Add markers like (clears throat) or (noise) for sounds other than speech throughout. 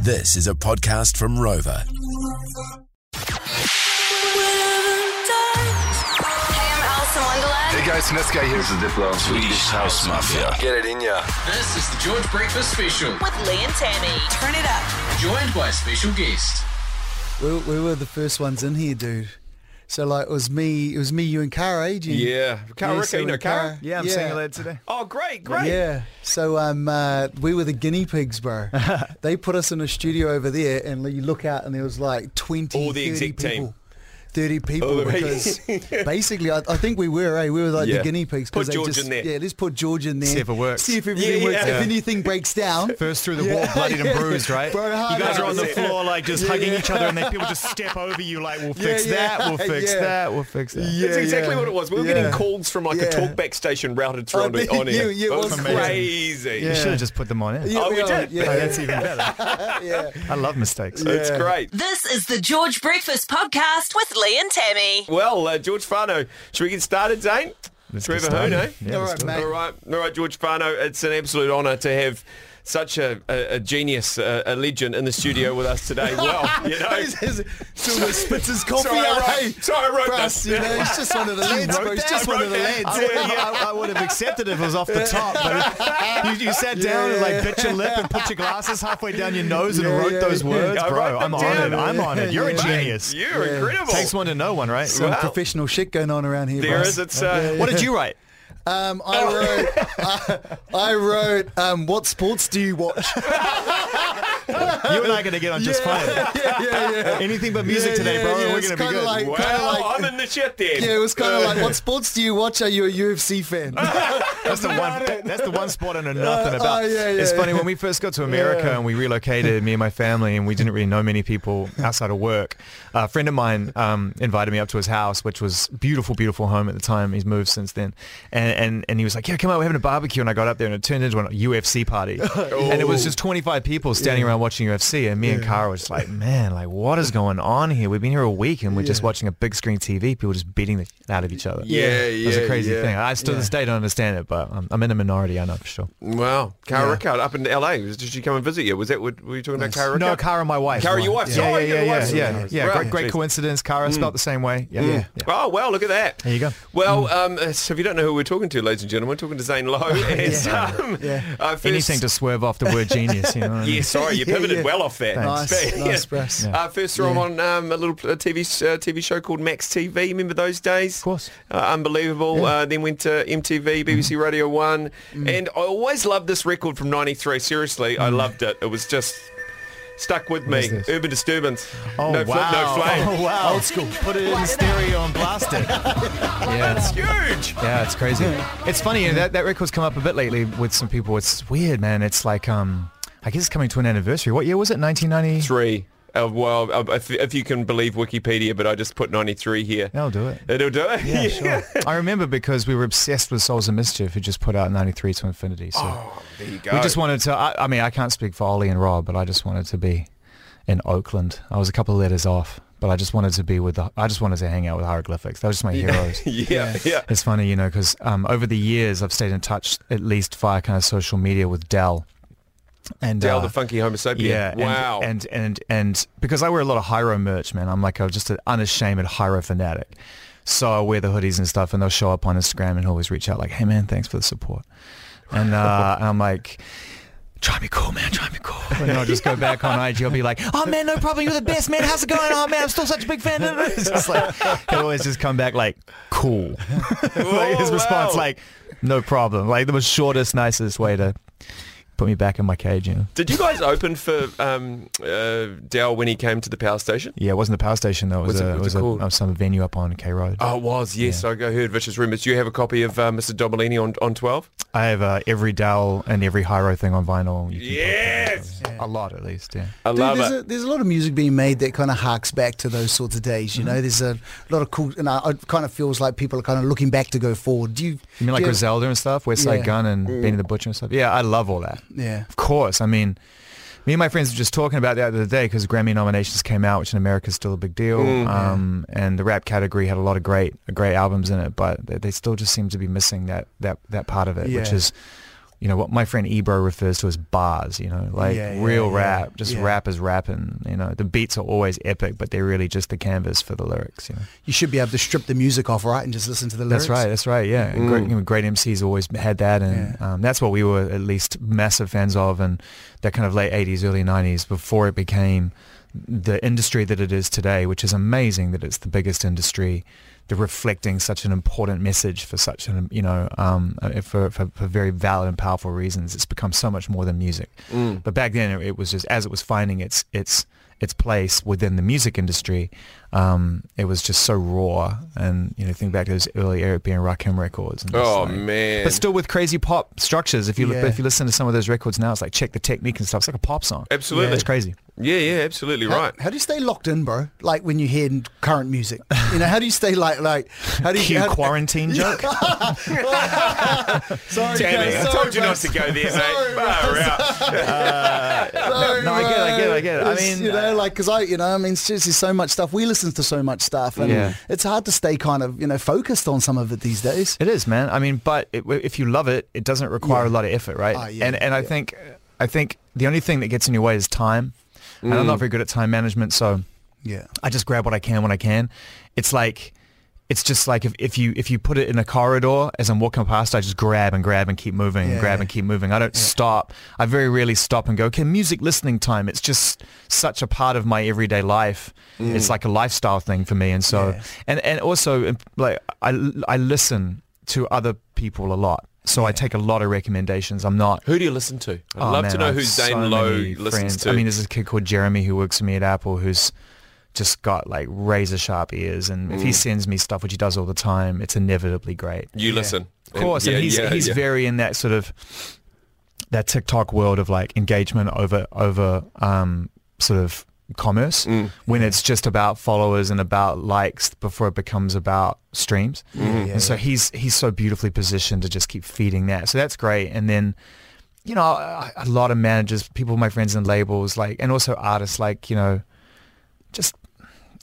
This is a podcast from Rover. Hey, I'm Alice in Wonderland. Hey guys, Niska here. This is Diplo. Swedish House Mafia. Get it in ya. This is the George Breakfast Special, with Lee and Tammy. Turn it up. joined by a special guest. We, we were the first ones in here, dude. So like it was me, it was me, you and Cara, eh, Gene? Yeah. Kara Yeah, Ricker, so you know we're Kara? Kara. Yeah, I'm Yeah. seeing her later today. Oh, great, great. Yeah. So um, uh, we were the guinea pigs, bro. they put us in a studio over there, and you look out, and there was like 20, All the 30 exec team. people. 30 people All the- because (laughs) basically I, I think we were, eh? We were like Yeah. the guinea pigs. 'cause Put George just, in there. Yeah, let's put George in there. See if it works. See if everything Yeah, works. yeah. Oh, If anything breaks (laughs) down. First through the Yeah, wall, bloodied (laughs) yeah. and bruised, right? Bro, you hard guys are on the hours. floor, like just Yeah, hugging yeah. each other, and then people just step over you, like, we'll fix Yeah, yeah, that, (laughs) we'll fix yeah. that, we'll fix that. That's exactly what it was. We were getting Yeah. calls from like a Yeah. talkback station routed through Oh, onto, yeah, on air. yeah, it it was was amazing. crazy. You Yeah. should have just put them on air. Yeah, Oh, we are. did? Yeah, Oh, that's even better. yeah. (laughs) I love mistakes. It's great. This is the George Breakfast Podcast with Lee and Tammy. Well, uh, George Farno, should we get started, Zane? Let's get Trevor Hoon, started. eh? Yeah, All let's right, do it. mate. All right, all right, George Farno. It's an absolute honour to have such a, a, a genius, a, a legend in the studio with (laughs) us today. Well, you know. Silver spits his coffee Sorry, out. I eh? wrote, sorry, I wrote Russ, this. you know, (laughs) he's just one of the lads, wrote bro. He's that? just I one of the wrote that. lads. I, would- I- I would have accepted if it was off the top, but if you, you sat down and like bit your lip and put your glasses halfway down your nose and Yeah, wrote yeah, those yeah. words, I bro. wrote I'm them on down. it. I'm on it. You're Yeah. a genius. You're incredible. Takes one to know one, right? Some Wow. professional shit going on around here. There boss. is. It's, uh, What did you write? Um, I Oh. (laughs) wrote. I, I wrote. Um, what sports do you watch? You (laughs) and I are going to get on just fine. yeah, yeah, yeah. (laughs) Anything but music Yeah, today, yeah, bro. yeah, and We're it's going to be kinda good. (laughs) like- kinda Well, like- I'm in the shit then. Yeah, it was kind of (laughs) like, what sports do you watch? Are you a UFC fan? That's the one. That's the one sport I know nothing Uh, about. (laughs) oh, yeah, it's yeah, funny yeah. when we first got to America and we relocated, me and my family, and we didn't really know many people outside of work. a friend of mine um, invited me up to his house, which was beautiful, beautiful home at the time. He's moved since then, and and, and he was like, "Yeah, come on, we're having a barbecue." And I got up there, and it turned into a UFC (laughs) party, Oh. and it was just 25 people standing around watching UFC. And me and Cara was just like, "Man, like what is going on here? We've been here a week, and we're just watching a big screen TV. People just beating the out of each other." Yeah, It was yeah, a crazy yeah. thing. I still to this day don't understand it, but I'm, I'm in a minority. I know for sure. Wow, Cara Rickard up in LA. Was- Did she come and visit you? Was that what were you talking about, Cara No, Rickard? Cara, my wife. Cara, your My- wife. Yeah, Sorry, yeah, your yeah, wife's- yeah, yeah. yeah. Right. Mm. Great, great coincidence. Cara spelt the same way. Yeah, yeah. yeah. Oh wow, look at that. There you go. Well, um, Mm. uh, so if you don't know who we're talking to, ladies and gentlemen, we're talking to (laughs) Zane Lowe. as, um, uh, first- Anything to swerve off the word genius, you know. what I mean? (laughs) Yeah, sorry, you Yeah, pivoted yeah. well off that. Nice, But- nice, Brass. Uh, first saw him on um, a little uh, TV s- uh, TV show called Max TV. Remember those days? Of course. Mm-hmm. Uh, unbelievable. Uh, then went to MTV, BBC Radio One, Mm. and I always loved this record from '93. Seriously, I loved it. It was just stuck with me. is this? Urban Disturbance. Oh no, fl- wow. no (laughs) flame. Oh wow. Old school. Put it in stereo and blast it. yeah. Huge. Yeah, it's crazy. It's funny, you know, that, that record's come up a bit lately with some people. It's weird, man. It's like, um, I guess it's coming to an anniversary. What year was it? 1990? Three. Uh, well, uh, if, if you can believe Wikipedia, but I just put 93 here. That'll do it. It'll do (laughs) it. Yeah, sure. I remember because we were obsessed with Souls of Mischief, who just put out 93 to Infinity. So There you go. we just wanted to, I, I mean, I can't speak for Ollie and Rob, but I just wanted to be in Oakland. I was a couple of letters off, but I just wanted to be with, the, I just wanted to hang out with Hieroglyphics. That was just my heroes. (laughs) Yeah, yeah. It's funny, you know, because um, over the years I've stayed in touch at least via kind of social media with Dell. And Dale uh, the Funky Homo sapien. yeah. and- wow. And, and and because I wear a lot of Hyro merch, man, I'm like I'm just an unashamed Hyro fanatic. So I wear the hoodies and stuff, and they'll show up on Instagram and always reach out like, "Hey, man, thanks for the support." And, uh, and I'm like. Try me cool, man. Try me cool. And I'll just go back on IG. I'll be like, "Oh man, no problem. You're the best, man. How's it going? Oh man, I'm still such a big fan." It's just like he'll always just come back like, "Cool." (laughs) like his Oh, response, wow. like, "No problem." Like the shortest, nicest way to put me back in my cage. You know. Did you guys open for um, uh, Dale when he came to the power station? Yeah, it wasn't the power station though. It was, What's it- a, it what's was it a, called? uh, some venue up on K Road. Oh, it was. Yes, I I heard vicious rumours. Do you have a copy of uh, Mr. Dobolini on, on 12? I have uh, every Dell and every Hyro thing on vinyl. You can Yes. Uh, put- A lot, at least. Yeah. I Dude, love there's, it. A, there's a lot of music being made that kind of harks back to those sorts of days. You Mm-hmm. know, there's a lot of cool, and I, it kind of feels like people are kind of looking back to go forward. Do you? You mean like do you- Griselda and stuff, West Side Yeah. Gun and Mm. Benny the Butcher and stuff? Yeah, I love all that. Yeah. Of course. I mean, me and my friends were just talking about that the other day because Grammy nominations came out, which in America is still a big deal. Mm. Um, and the rap category had a lot of great, great albums in it, but they, they still just seem to be missing that that that part of it, which Yeah. is you know, what my friend Ebro refers to as bars, you know, like Yeah, yeah, real yeah. rap, just Yeah. rap is rapping, you know. The beats are always epic, but they're really just the canvas for the lyrics, you know. You should be able to strip the music off, right, and just listen to the lyrics. That's right. That's right. Yeah, And great, you know, great MCs always had that, and um, that's what we were at least massive fans of, and that kind of late '80s, early '90s, before it became the industry that it is today, which is amazing that it's the biggest industry, that reflecting such an important message for such an you know um, uh, for, for for very valid and powerful reasons. It's become so much more than music, Mm. but back then it, it was just as it was finding its its its place within the music industry. Um, it was just so raw, and you know, think back to those early Eric B and Rakim records. And just Oh, like- man. But still with crazy pop structures. If you look, Yeah. if you listen to some of those records now, it's like check the technique and stuff. It's like a pop song. Absolutely. it's crazy. Yeah, yeah, absolutely How, right. How do you stay locked in, bro? Like when you hear current music, you know, how do you stay like like how do you Cue how, (laughs) quarantine joke. (laughs) Sorry, Damn guys, (laughs) it. I sorry, told you not bros. to go there, Sorry, mate. Far bros. out. Sorry, No, I get it, I get it, I bro. get it. I It's, mean, you know, uh, like because I, you know, I mean, seriously, so much stuff. We listen to so much stuff, and Yeah. it's hard to stay kind of you know focused on some of it these days. It is, man. I mean, but it, if you love it, it doesn't require a lot of effort, right? Ah, yeah, and and I yeah. think I think the only thing that gets in your way is time. And I'm not Mm. very good at time management, so Yeah, I just grab what I can when I can. It's like it's just like if, if you if you put it in a corridor as I'm walking past, I just grab and grab and keep moving and Yeah, grab yeah. and keep moving. I don't stop. I very rarely stop and go, okay, music listening time. It's just such a part of my everyday life. Mm. It's like a lifestyle thing for me. And so, and, and also um, like I, I listen to other people a lot. So I take a lot of recommendations. I'm not Who do you listen to? I'd Oh, love man, to know I've who Zane so Lowe many listens friends. to. I mean, there's this kid called Jeremy who works for me at Apple who's just got like razor sharp ears, and if he sends me stuff, which he does all the time, it's inevitably great. Mm. you listen. Of course, and, yeah, he's yeah, he's yeah. very in that sort of that TikTok world of like engagement over over um, sort of commerce Mm. when it's just about followers and about likes before it becomes about streams. Mm-hmm. yeah, and so he's he's so beautifully positioned to just keep feeding that. So that's great. And then you know a, a lot of managers, people, my friends in labels, like and also artists, like you know, just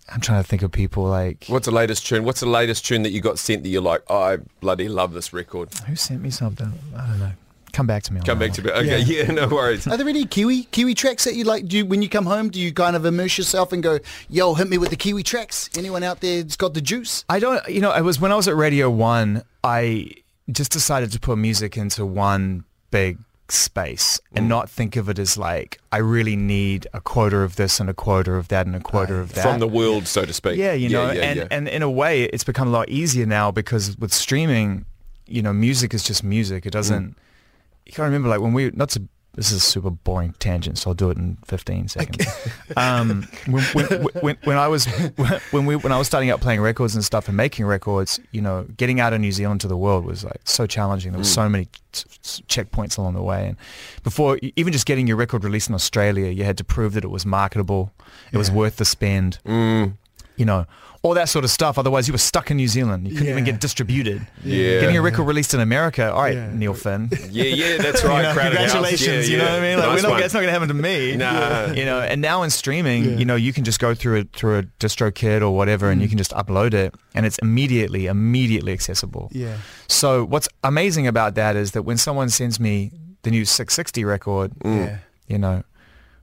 I'm trying to think of people like What's the latest tune? What's the latest tune that you got sent that you're like, oh, I bloody love this record? who sent me something. I don't know. Come back to me. on Come that back one. to me. Okay, (laughs) yeah, no worries. Are there any Kiwi Kiwi tracks that you like? Do you, when you come home, do you kind of immerse yourself and go, "Yo, hit me with the Kiwi tracks"? Anyone out there that's got the juice? I don't, you know, it was when I was at Radio One, I just decided to put music into one big space Mm. and not think of it as like, I really need a quota of this and a quota of that and a quota of that. From the world, so to speak. Yeah, you know, and, yeah. and in a way, it's become a lot easier now because with streaming, you know, music is just music. It Mm. doesn't. You can't remember like when we not to. This is a super boring tangent, so I'll do it in 15 seconds. um, when, when, when, when I was when we when I was starting out playing records and stuff and making records, you know, getting out of New Zealand to the world was like so challenging. There were Mm. so many t- t- checkpoints along the way, and before e, even just getting your record released in Australia, you had to prove that it was marketable, it was worth the spend Mm. you know, all that sort of stuff. Otherwise, you were stuck in New Zealand. You couldn't even Yeah. get distributed. Yeah. Getting a record released in America. All right, Yeah. Neil Finn. yeah, yeah, (laughs) that's right. You know, Crowded House. congratulations. You Yeah, know what I yeah. mean? Like, Nice we're not, one. it's not going to happen to me. Nah. You know, and now in streaming, you know, you can just go through it through a distro kit or whatever, Mm. and you can just upload it, and it's immediately, immediately accessible. Yeah. So what's amazing about that is that when someone sends me the new 660 record, Mm. Yeah. you know,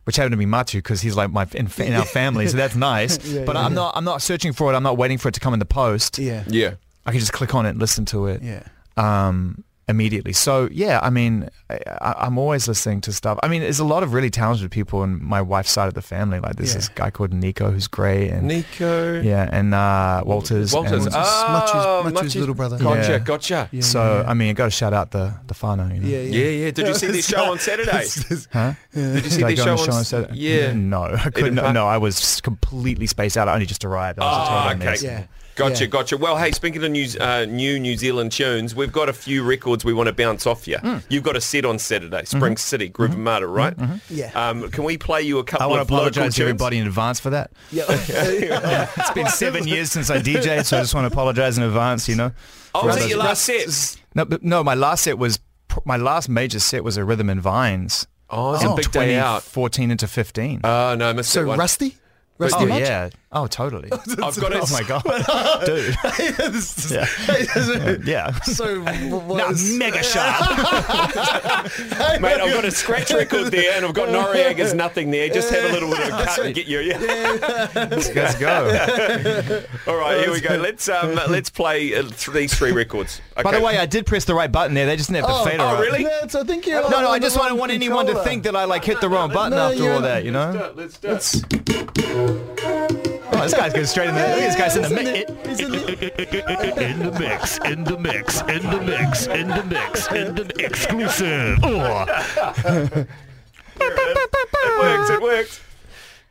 which happened to be Matu because he's like my in, in our family, so (laughs) that's nice. but I'm not I'm not searching for it. I'm not waiting for it to come in the post. Yeah. Yeah. I can just click on it, and listen to it Yeah. um, immediately. So yeah, I mean, I, I, I'm always listening to stuff. I mean, there's a lot of really talented people in my wife's side of the family. Like there's Yeah. this guy called Nico who's great, and Nico. yeah, and uh, Walters. Walters. and- Ah, Muchu's- Muchu's little brother. Gotcha, Yeah. gotcha. Yeah. so I mean, I got to shout out the the Fano. You know? Yeah. yeah, Did you see their show (laughs) on Saturday? Huh? Did you see I the go on show the on show on s- Saturday? yeah. No, I couldn't. Park? No, I was just completely spaced out. I only just arrived. I was a Ah, total okay. mess. Yeah. Gotcha, Yeah. gotcha. Well, hey, speaking of new, uh, new New Zealand tunes, we've got a few records we want to bounce off you. Hmm. You've got a set on Saturday, Mm-hmm. Spring City, Groove and Murder, right? Yeah. Um, can we play you a couple I want to of local apologize to tunes? everybody in advance for that. (laughs) Yeah. It's been seven years since I DJed, so I just want to apologize in advance. You know. Oh, for was all that your those- last set? No, but no, my last set was pr- my last major set was a rhythm and vines. Oh, it's a in big day out. 2014 into 15. Oh, no, I missed so that one. rusty. Rusty oh much? yeah, Oh, totally. I've got (laughs) it. Oh my god, (laughs) dude. This (laughs) is- Yeah. (laughs) yeah. (laughs) So wh- what Nah, is- mega sharp. Mate, I've got a scratch record there and I've got Noriega's nothing there. Just have a little bit of a cut and get you. Yeah. (laughs) Let's go. (laughs) All right, here we go. Let's um, let's play uh, th- these three records. (laughs) By the Okay. way, I did press the right button there. They just didn't have the Oh, fader oh, right. really? Yeah, so I think you're No, no, I on the just don't wrong want anyone to controller. think that I like hit the wrong button No, after you're- all that, you know? Let's do it. Let's do it. Oh, this guy's going straight in the Look at this guy's in the It's in mix. the- it's in the- In the mix, in the mix, in the mix, in the mix, in the exclusive. Oh. It works. uh, It works.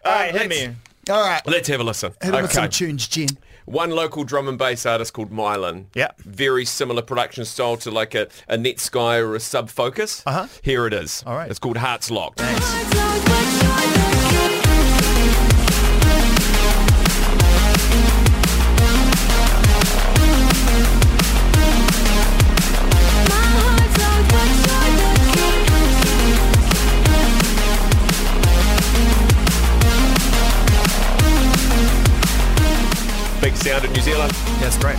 All right, hit me. All right. Let's have a listen. Hit him with some tunes, Jen. One local drum and bass artist called Mylan. Yeah. Very similar production style to like a, a Net Sky or a Sub Focus. Uh-huh. Here it is. All right. It's called Hearts Locked. Big sound in New Zealand. That's great.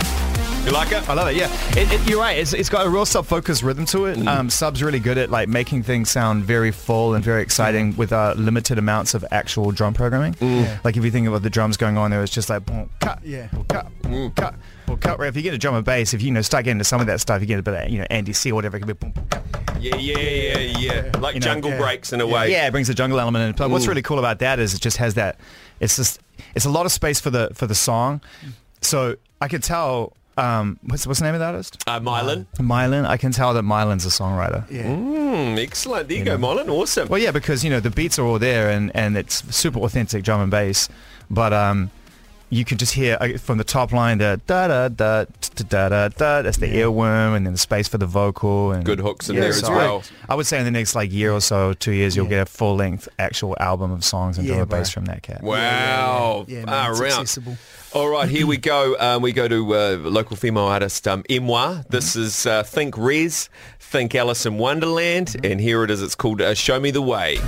You like it? I love it. Yeah, it, it, you're right. It's, it's got a real sub-focused rhythm to it. Um, sub's really good at like making things sound very full and very exciting with uh, limited amounts of actual drum programming. Like if you think about the drums going on there, it's just like boom, cut, Yeah. boom, cut, boom, cut, boom, cut. Where if you get a drum and bass, if you, you know start getting into some of that stuff, you get a bit of you know Andy C or whatever. It can be boom, boom, cut. Yeah, yeah, yeah, yeah. Like You know, jungle yeah. breaks in a way. Yeah, it brings the jungle element in. But what's really cool about that is it just has that. It's just it's a lot of space for the for the song. So I could tell. Um, what's what's the name of the artist? Uh, Mylan. Mylan, I can tell that Mylan's a songwriter. Mm, excellent. There you go, Mylan. Awesome. Well, yeah, because you know the beats are all there, and and it's super authentic drum and bass, but um. You can just hear uh, from the top line the da da da da da da. da that's the earworm, and then the space for the vocal and Good hooks in there as so I- well. I, would say in the next like year or so, two years, you'll Yeah. get a full length actual album of songs and Yeah, drum and bass bruh. from that cat. Wow. Yeah, man, Far it's out. accessible. All right, here (clears throat) we go. Um, we go to uh, local female artist um, Emwa. Mm-hmm. This is uh, Think Res, Think Alice in Wonderland, Mm-hmm. and here it is. It's called uh, Show Me the Way.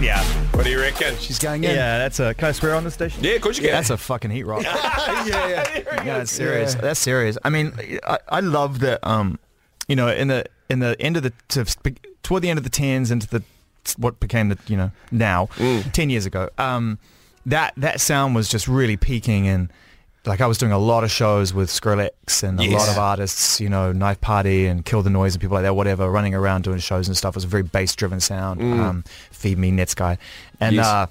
Yeah, What do you reckon? She's going in. yeah, that's a. Can I swear on the station? Yeah, of course you can. that's a fucking heat rock. yeah, (laughs) yeah. No, that's serious. Yeah. That's serious. I mean, I, I love that. Um, you know, in the in the end of the to, sp- toward the end of the tens into the what became the you know now ten years ago. Um, that that sound was just really peaking and. Like I was doing a lot of shows with Skrillex and a lot Yes. of artists, you know, Knife Party and Kill the Noise and people like that, whatever, running around doing shows and stuff. It was a very bass-driven sound. Um, Feed Me, Netsky. And Yes. uh,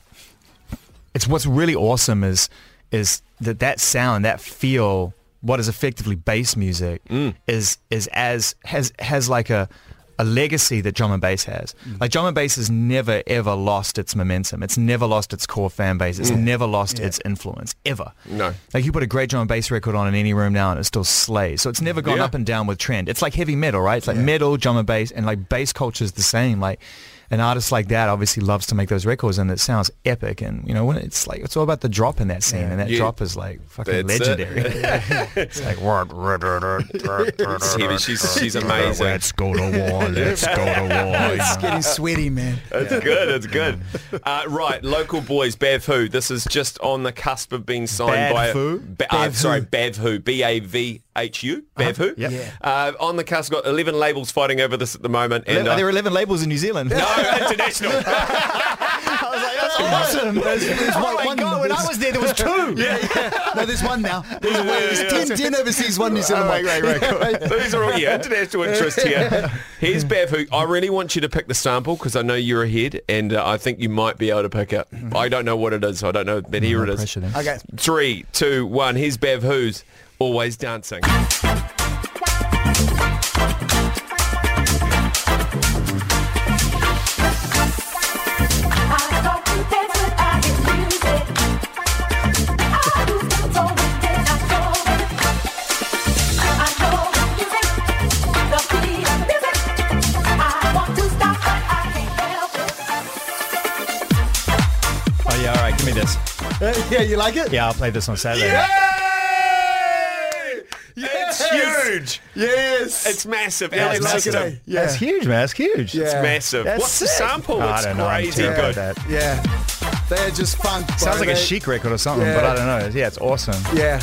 it's what's really awesome is is that that sound that feel what is effectively bass music Mm. is is as has has like a a legacy that drum and bass has. Mm. Like drum and bass has never ever lost its momentum. It's never lost its core fan base. It's never lost its influence ever. No. Like you put a great drum and bass record on in any room now and it still slays. So it's never gone Yeah. up and down with trend. It's like heavy metal, right? It's like metal, drum and bass, and like bass culture is the same. Like an artist like that obviously loves to make those records and it sounds epic. And you know, when it's like it's all about the drop in that scene and that Yeah. drop is like fucking That's it. legendary. it's like (laughs) She's, she's, she's amazing. Let's go to war, let's go to (laughs) war. It's getting sweaty, man. It's good. It's good. (laughs) Uh, right, local boys, Bav Who. This is just on the cusp of being Bav signed by. Who? Ba- uh, Bav sorry, Bav Who. B A V H U. Bav Who. Yep. Yeah. Uh, on the cusp, got eleven labels fighting over this at the moment, and there uh, are 11 labels in New Zealand. no (laughs) international. I was (laughs) like, that's awesome. oh my one- God, when I was there, there was two. (laughs) No, there's one now. There's, one, there's 10, 10 overseas, one New Zealand. Oh, right, right, right, (laughs) So These are all yeah, international interest here. (laughs) Here's Bev, who I really want you to pick the sample because I know you're ahead and uh, I think you might be able to pick it. I don't know what it is. I don't know, but here it is. Mm-hmm. pressure then. Okay. Three, two, one. Here's Bev, who's always dancing. I Oh, yeah, you like it? Yeah, I'll play this on Saturday. Yay! Yes! It's huge. Yes. It's massive. Yeah, Alex I like it, Lifton. eh? That's huge, man. That's huge. Yeah. It's massive. That's What's the sick. sample? I it's don't know. I'm crazy terrified good. of that. yeah. They're just fun. Sounds like a chic. chic record or something, Yeah. but I don't know. Yeah, it's awesome. Yeah.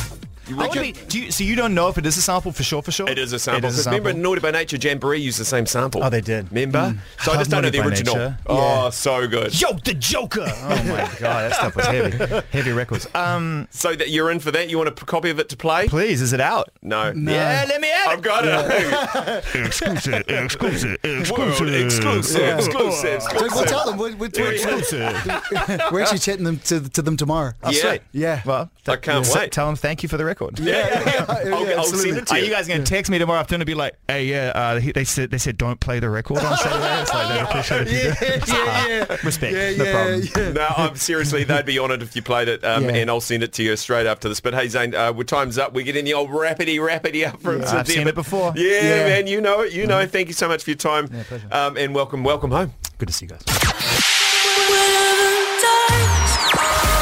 I would be, do you, so you don't know if it is a sample for sure, for sure? It is a sample. It is a Because sample. remember, Naughty by Nature Jamboree used the same sample. Oh, they did. Remember? So I Love just don't know Naughty the by original. Nature. Oh, so good. Yo, the Joker! Oh my god, that stuff was heavy. heavy records. Um, So that you're in for that? You want a p- copy of it to play? please, is it out? No. Yeah, let me have I've it. got Exclusive, exclusive, it. World exclusive. exclusive, Yeah. exclusive, So exclusive. we'll tell them. We're, we're, we're, Exclusive. we're actually chatting them to, to them tomorrow. Oh, Yeah. sweet. Yeah. Well, I can't s- wait. Tell them thank you for the record. Yeah, yeah, yeah. I'll, Yeah, I'll send absolutely. it to Are you. you (laughs) guys gonna text me tomorrow afternoon and be like, "Hey, yeah, uh, he- they said they said don't play the record on Saturday." It's like, "They'd appreciate it (laughs) if you did." yeah, Ah. yeah. Respect, Yeah, no yeah, problem. yeah. no, I'm seriously, they'd be honoured if you played it, um, Yeah. and I'll send it to you straight after this. But hey, Zane, uh, well, time's up. We're getting the old rapidy, rapidy up from I've seen September. it before. Yeah, Yeah. man, you know it, you know. it. Thank you so much for your time, um, and welcome, welcome home. Good to see you guys.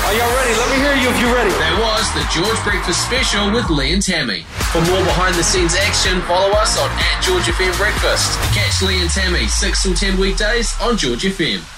Are y'all ready? Let me hear you if you're ready. That was the George Breakfast Special with Lee and Tammy. For more behind the scenes action, follow us on at George FM Breakfast. Catch Lee and Tammy 6 till 10 weekdays on George FM.